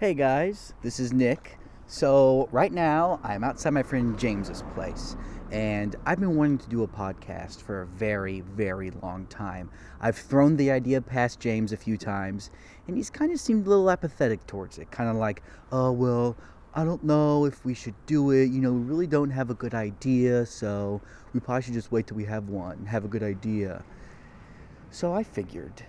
Hey guys, this is Nick. So, right now, I'm outside my friend James's place, and I've been wanting to do a podcast for a very, very long time. I've thrown the idea past James a few times, and he's kind of seemed a little apathetic towards it. Kind of like, oh, well, I don't know if we should do it. You know, we really don't have a good idea, so we probably should just wait till we have one, have a good idea. So I figured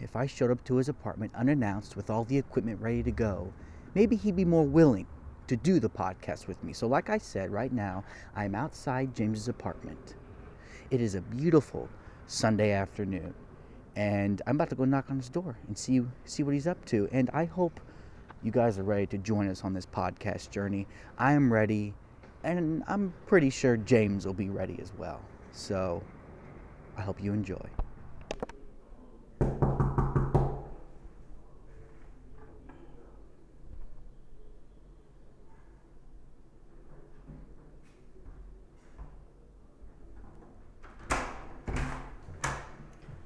if I showed up to his apartment unannounced with all the equipment ready to go, maybe he'd be more willing to do the podcast with me. So, like I said, right now I'm outside James's apartment. It is a beautiful Sunday afternoon, and I'm about to go knock on his door and see see what he's up to. And I hope you guys are ready to join us on this podcast journey. I am ready, and I'm pretty sure James will be ready as well. So, I hope you enjoy.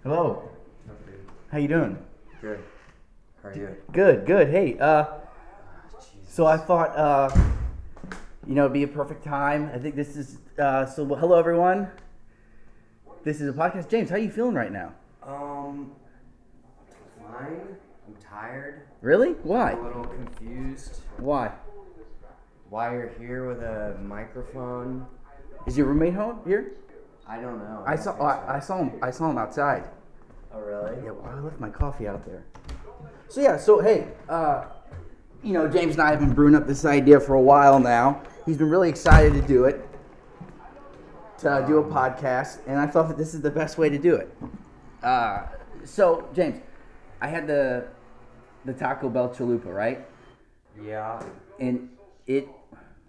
Hello, how you doing? Good. How are you? Good, good. Hey, uh, so I thought, uh, you know, it'd be a perfect time. I think this is, uh, so well, hello everyone. This is a podcast. James, how you feeling right now? Um, fine. I'm tired. Really? Why? A little confused. Why? Why you're here with a microphone? Is your roommate home here? I don't know. I don't saw, think so. I, I saw him, I saw him outside. Oh really? Yeah, well, I left my coffee out there. So yeah, so hey, uh, you know, James and I have been brewing up this idea for a while now. He's been really excited to do it, to uh, do a podcast, and I thought that this is the best way to do it. Uh, so James, I had the the Taco Bell chalupa, right? Yeah. and it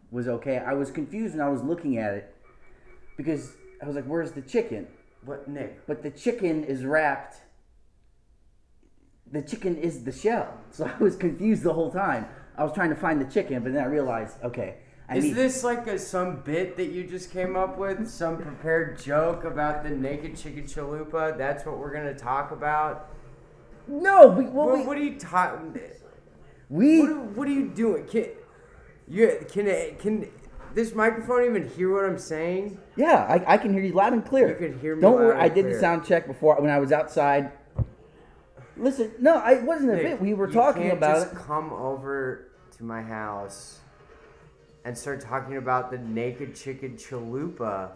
was okay. I was confused when I was looking at it because I was like, "Where's the chicken?" What Nick? But the chicken is wrapped. The chicken is the shell, so I was confused the whole time. I was trying to find the chicken, but then I realized, okay, I Is need. this like a some bit that you just came up with? Some prepared joke about the naked chicken chalupa? That's what we're gonna talk about. no, we, well, What, we, what are you talking? we What, are- what are you doing? Can you can it- can this microphone even hear what I'm saying? yeah, I, I can hear you loud and clear. You could hear me Don't loud worry, I and did the clear. sound check before when I was outside. Listen, no, I it wasn't a bit. We were you talking can't about just it. Come over to my house and start talking about the naked chicken chalupa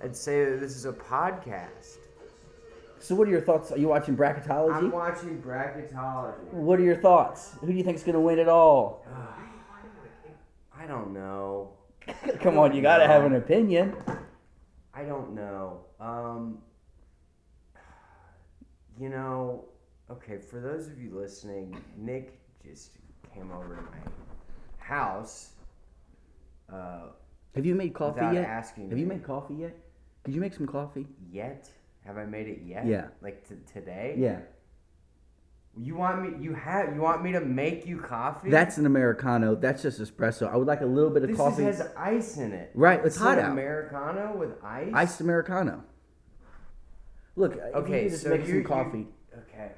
and say that this is a podcast. So, what are your thoughts? Are you watching bracketology? I'm watching bracketology. What are your thoughts? Who do you think's gonna win it all? I don't know. Come on, you gotta have an opinion. I don't know. Um, you know, okay, for those of you listening, Nick just came over to my house. Uh, Have you made coffee Without yet? asking have you me. made coffee yet? Did you make some coffee? yet? Have I made it yet? Yeah. Like t- today? Yeah. You want me? You have? You want me to make you coffee? That's an americano. That's just espresso. I would like a little bit of this is- coffee. has ice in it. Right, it's Is hot it out. Americano with ice. Iced americano. Look, if you Okay, could just so make you, some you- coffee. okay,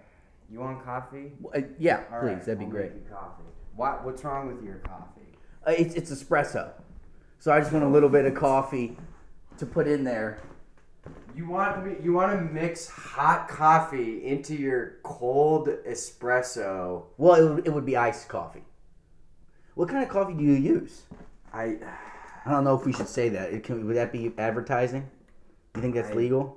you want coffee? Uh, yeah, All please, right, that'd be I'll great. Make you coffee. What? What's wrong with your coffee? Uh, it's, it's espresso, so I just want a little bit of coffee to put in there. You want me? You want to mix hot coffee into your cold espresso? Well, it would, it would be iced coffee. What kind of coffee do you use? I. I don't know if we should say that. It can, would that be advertising? You think that's I- legal?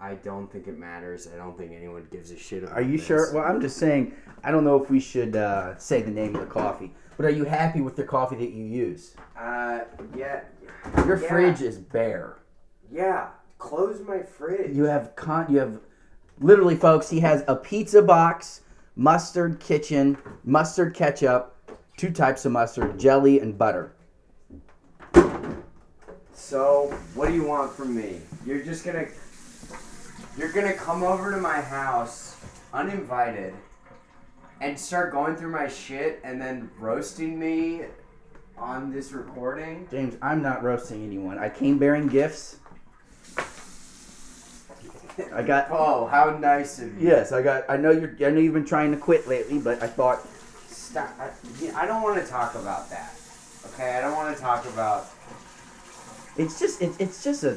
I don't think it matters. I don't think anyone gives a shit. About Are you this. sure? Well, I'm just saying. I don't know if we should uh, say the name of the coffee. But are you happy with the coffee that you use? Uh, yeah. Your Yeah. fridge is bare. Yeah. Close my fridge. You have con. You have literally, folks. He has a pizza box, mustard kitchen, mustard ketchup, two types of mustard, jelly, and butter. So, what do you want from me? You're just gonna You're gonna come over to my house uninvited and start going through my shit and then roasting me on this recording? James, I'm not roasting anyone. I came bearing gifts. I got Oh, how nice of you. Yes, I got. I know you're. I know you've been trying to quit lately, but I thought Stop. I, yeah, I don't want to talk about that. Okay, I don't want to talk about. It's just it, it's just a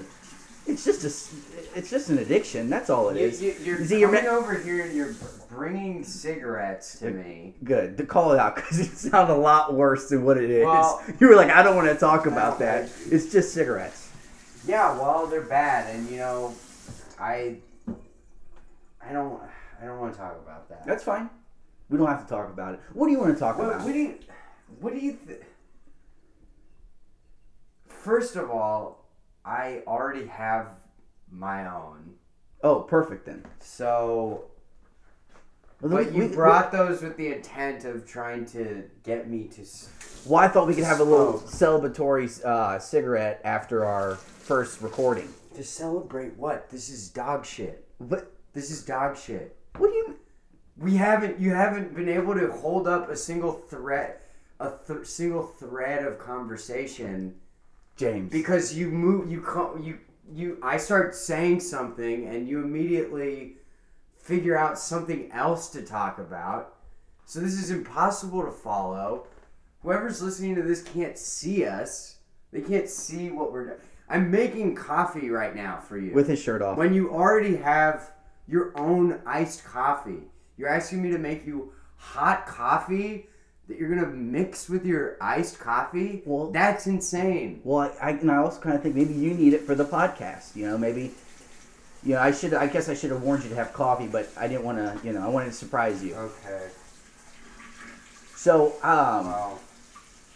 it's just a s- it's just an addiction. That's all it You, is. you, you're See, you're coming ma- over here and you're bringing cigarettes to me. Good to call it out because it sounded a lot worse than what it is. Well- you were like, I don't want to talk about don't that. It's just cigarettes. Yeah, well, they're bad, and you know, I, I don't, I don't want to talk about that. That's fine. We don't have to talk about it. What do you want to talk What, about? what do you, what do you? Th- First of all, I already have my own, oh, perfect then. so. Well, But we- you we- brought those with the intent of trying to get me to. s- Well, I thought we could have a little Smoke. celebratory uh, cigarette after our first recording. To celebrate what? This is dog shit. But This is dog shit. what do you? We haven't. You haven't been able to hold up a single thread, a th- single thread of conversation James. because you move. You come. You you. I start saying something, and you immediately figure out something else to talk about. So this is impossible to follow. Whoever's listening to this can't see us. They can't see what we're doing. I'm making coffee right now for you with his shirt off. when you already have your own iced coffee. You're asking me to make you hot coffee that you're gonna mix with your iced coffee. Well- that's insane. Well, I, I and I also kind of think maybe you need it for the podcast. You know, maybe. You know, I should. I guess I should have warned you to have coffee, but I didn't want to. You know, I wanted to surprise you. Okay. So, um, Well,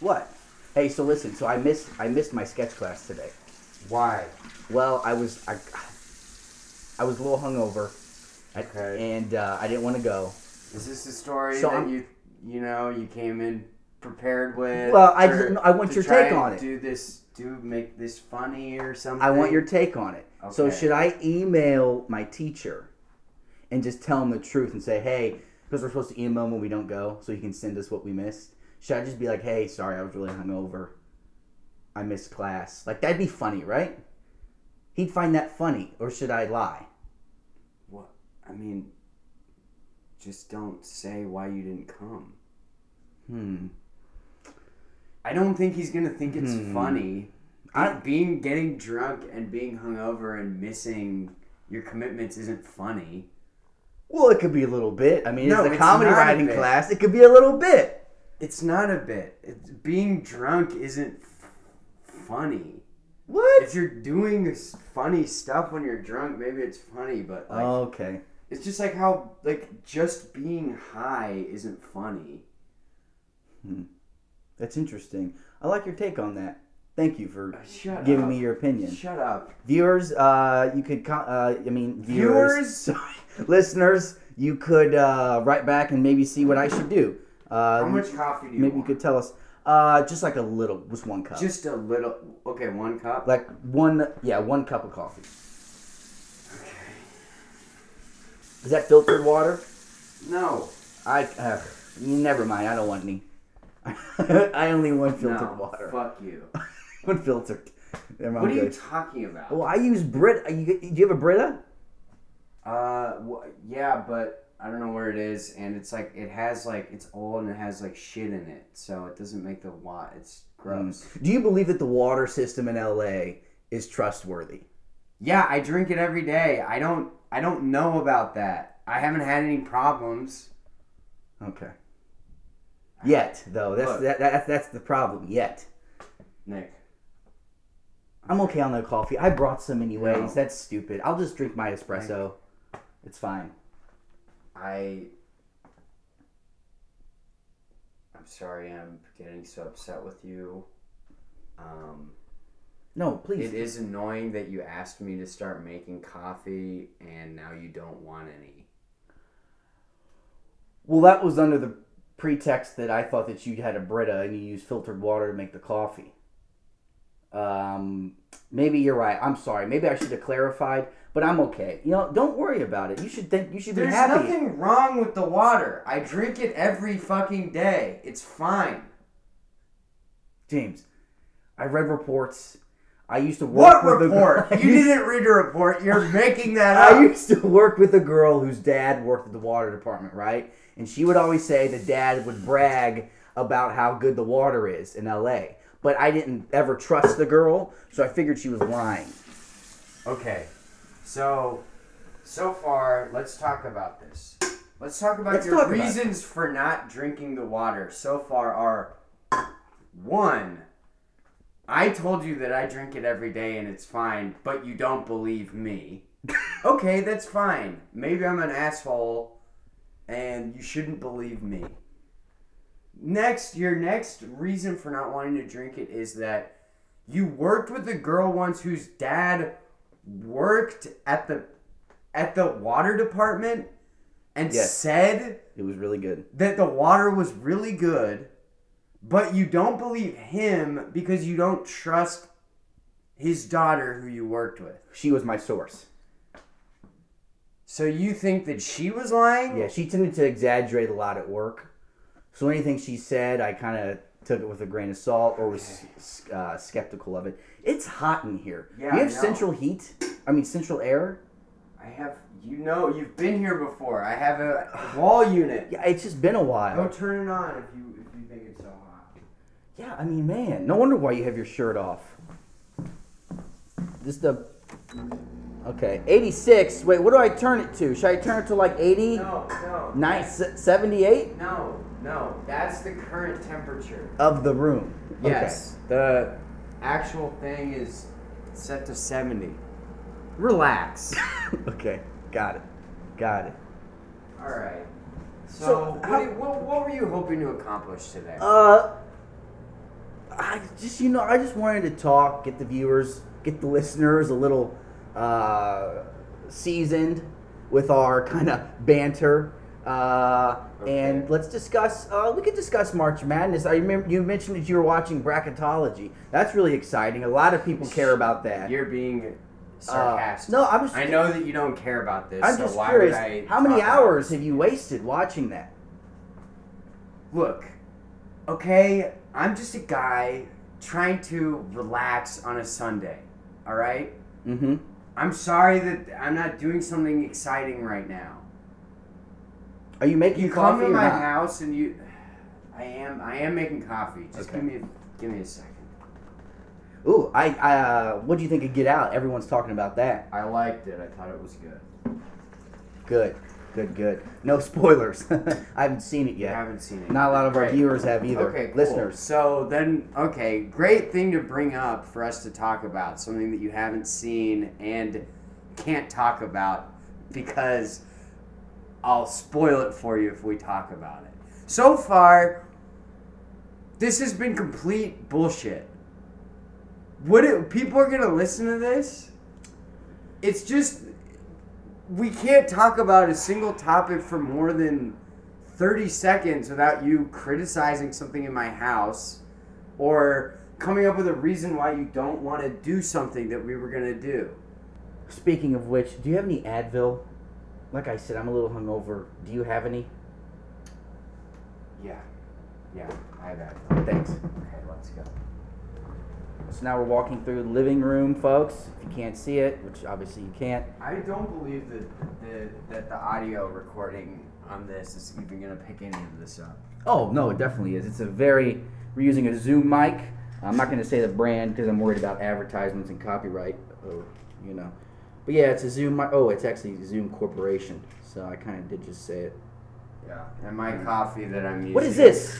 what? Hey, so listen. So I missed. I missed my sketch class today. why? Well, I was. I, I was a little hungover, I- Okay. and uh, I didn't want to go. Is this the story So that I'm- you you know you came in prepared with? Well, I or just- I want to your try take and on it. Do this. Do make this funny or something. I want your take on it. So Okay. should I email my teacher and just tell him the truth and say, hey, because we're supposed to email him when we don't go, so he can send us what we missed? Should I just be like, hey, sorry, I was really hungover. I missed class. Like that'd be funny, right? He'd find that funny, or should I lie? What? I mean, just don't say why you didn't come. Hmm. I don't think he's gonna think it's Hmm. funny. I- Be- being getting drunk and being hungover and missing your commitments isn't funny. Well, it could be a little bit. I mean, No, it's a it's comedy not a writing bit. class. It could be a little bit. It's not a bit. It's, being drunk isn't f- funny. What? If you're doing s- funny stuff when you're drunk, maybe it's funny, but like okay. it's just like how like just being high isn't funny. That's interesting. I like your take on that. Thank you for Oh, Shut giving up. me your opinion. Shut up. viewers uh you could con- uh i mean Viewers? viewers, sorry, listeners you could uh write back and maybe see what i should do uh How much coffee do you maybe you want? could tell us uh just like a little just one cup just a little. Okay, one cup. like one yeah one cup of coffee is that filtered water No. i uh, never mind i don't want any i only want filtered no. water Fuck you. unfiltered Never mind, What are I'm you good. talking about? well i use brita you, do you have a brita Uh, wh- yeah, but I don't know where it is, and it's like it has like it's old and it has like shit in it, so it doesn't make the lot. It's gross. Do you believe that the water system in LA is trustworthy? Yeah, I drink it every day. I don't. I don't know about that. I haven't had any problems. Okay. Yet, though, that's Look. that, that, that's the problem. Yet, Nick, I'm okay on the coffee. I brought some anyways. No. That's stupid. I'll just drink my espresso. It's fine. I. I'm sorry. I'm getting so upset with you. Um. No, please. It is annoying that you asked me to start making coffee and now you don't want any. Well, that was under the pretext that I thought that you had a Brita and you used filtered water to make the coffee. Um, maybe you're right. I'm sorry. Maybe I should have clarified, but I'm okay. You know, don't worry about it. You should think. You should be There's happy. nothing wrong with the water. I drink it every fucking day. It's fine. James, I read reports. I used to work What with report? a girl. You didn't read a report. You're making that I up. used to work with a girl whose dad worked at the water department, right? And she would always say the dad would brag about how good the water is in LA. But I didn't ever trust the girl, so I figured she was lying. Okay, so so far, let's talk about this. Let's talk about Let's your talk about it. reasons for not drinking the water. So far, are one. I told you that I drink it every day and it's fine, but you don't believe me. okay, that's fine. Maybe I'm an asshole and you shouldn't believe me. Next, your next reason for not wanting to drink it is that you worked with a girl once whose dad worked at the at the water department and Yes. said It was really good. that the water was really good, but you don't believe him because you don't trust his daughter who you worked with. She was my source. So you think that she was lying? Yeah, she tended to exaggerate a lot at work. So anything she said, I kind of took it with a grain of salt or was s- uh, skeptical of it. It's hot in here. Yeah, you I have know. central heat? I mean, central air? I have. You know, you've been here before. I have a wall unit. Yeah, it's just been a while. Go turn it on if you if you think it's so hot. Yeah, I mean, man, no wonder why you have your shirt off. This the okay, 86. Wait, what do I turn it to? Should I turn it to like 80, No, no, nine- se- 78 no, no. That's the current temperature. of the room? Okay. Yes, the actual thing is set to seventy. Relax. okay, got it, got it. All right. So, So, what, how- do you- what, what were you hoping to accomplish today? Uh, I just you know I just wanted to talk, get the viewers, get the listeners a little uh, seasoned with our kind of banter, uh, Okay. and let's discuss. Uh, we could discuss March Madness. I remember you mentioned that you were watching bracketology. That's really exciting. A lot of people care about that. You're being sarcastic. uh, no, I'm just- I know that you don't care about this. I'm so just why curious. Would I how many talk about hours this? have you wasted watching that? Look, okay, I'm just a guy trying to relax on a Sunday. All right. Mm-hmm. I'm sorry that I'm not doing something exciting right now. Are you making You come coffee to or my not? house and you. I am. I am making coffee. Just Okay. give me. A, give me a second. Ooh, I, I uh, what do you think of Get Out? Everyone's talking about that. I liked it. I thought it was good. Good, good, good. No spoilers. I haven't seen it I yet. haven't seen it. Not a lot of our Great. viewers have either. Okay, cool. listeners. So then, okay, great thing to bring up for us to talk about something that you haven't seen and can't talk about because I'll spoil it for you if we talk about it. So far, this has been complete bullshit. What it, people are gonna listen to this? It's just we can't talk about a single topic for more than 30 seconds without you criticizing something in my house or coming up with a reason why you don't want to do something that we were going to do. Speaking of which, do you have any Advil? Like I said, I'm a little hungover. Do you have any? Yeah. Yeah, I have that. Thanks. Okay, let's go. So now we're walking through the living room, folks. If you can't see it, which obviously you can't. I don't believe that the, that the audio recording on this is even going to pick any of this up. Oh no, it definitely is. It's a very. We're using a Zoom mic. I'm not going to say the brand because I'm worried about advertisements and copyright. Or, you know, but yeah, it's a Zoom. mic. Oh, it's actually Zoom Corporation. So I kind of did just say it. Yeah. And my coffee that I'm using. What is this?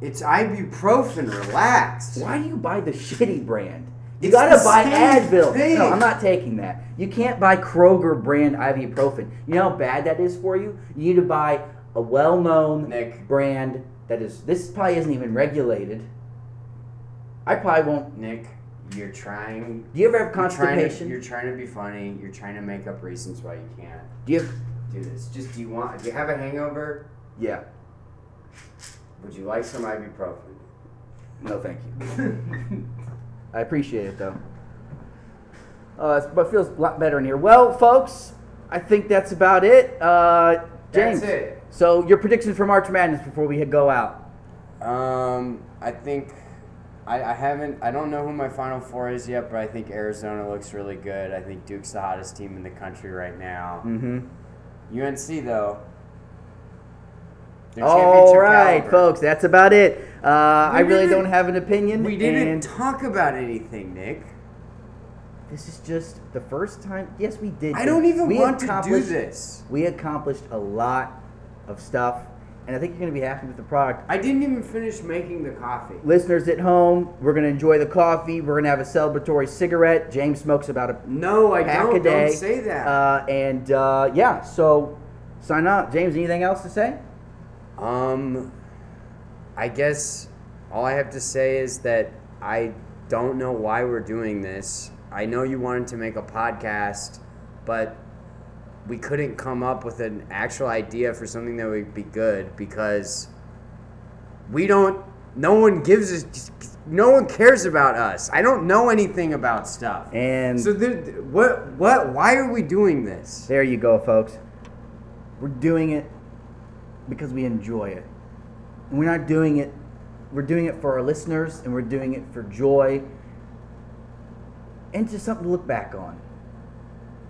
It's ibuprofen. Relax. Why do you buy the shitty brand? You It's gotta the buy same Advil. thing. No, I'm not taking that. You can't buy Kroger brand ibuprofen. You know how bad that is for you. You need to buy a well-known Nick. brand that is. This probably isn't even regulated. I probably won't. Nick, you're trying Do you ever have You're trying to- constipation? You're trying to, be funny. You're trying to make up reasons why you can't do you have? do this. Just do you want? Do you have a hangover? Yeah. Would you like some ibuprofen? No, thank you. I appreciate it though. Uh, but it feels a lot better in here. Well, folks, I think that's about it. Uh, James, That's it. so your predictions for March Madness before we go out. Um, I think I, I haven't. I don't know who my Final Four is yet, but I think Arizona looks really good. I think Duke's the hottest team in the country right now. Mm-hmm. UNC though. they're All championship right, caliber. folks, that's about it. Uh, I really don't didn't- have an opinion. We didn't and talk about anything, Nick. This is just the first time. Yes, we did. I don't even We want to do accomplished- this. We accomplished a lot of stuff, and I think you're going to be happy with the product. I didn't even finish making the coffee. Listeners at home, we're going to enjoy the coffee. We're going to have a celebratory cigarette. James smokes about a No, I pack don't. a day. Don't say that. Uh, and uh, yeah, so sign up. James, anything else to say? Um, I guess all I have to say is that I don't know why we're doing this. I know you wanted to make a podcast, but we couldn't come up with an actual idea for something that would be good because we don't. No one gives us. No one cares about us. I don't know anything about stuff. And so, there, what? What? Why are we doing this? there you go, folks. We're doing it because we enjoy it. And we're not doing it. We're doing it for our listeners, and we're doing it for joy, and just something to look back on,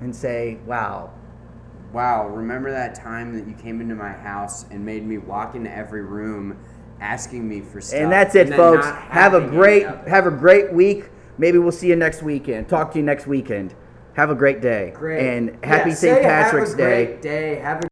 and say, "Wow, Wow, remember that time that you came into my house and made me walk into every room asking me for stuff? And that's it, then folks. not Have a having great any of it. have a great week. Maybe we'll see you next weekend. Talk to you next weekend. Have a great day. Great. And happy Yeah, St. say Patrick's have a Day. Great day. Have a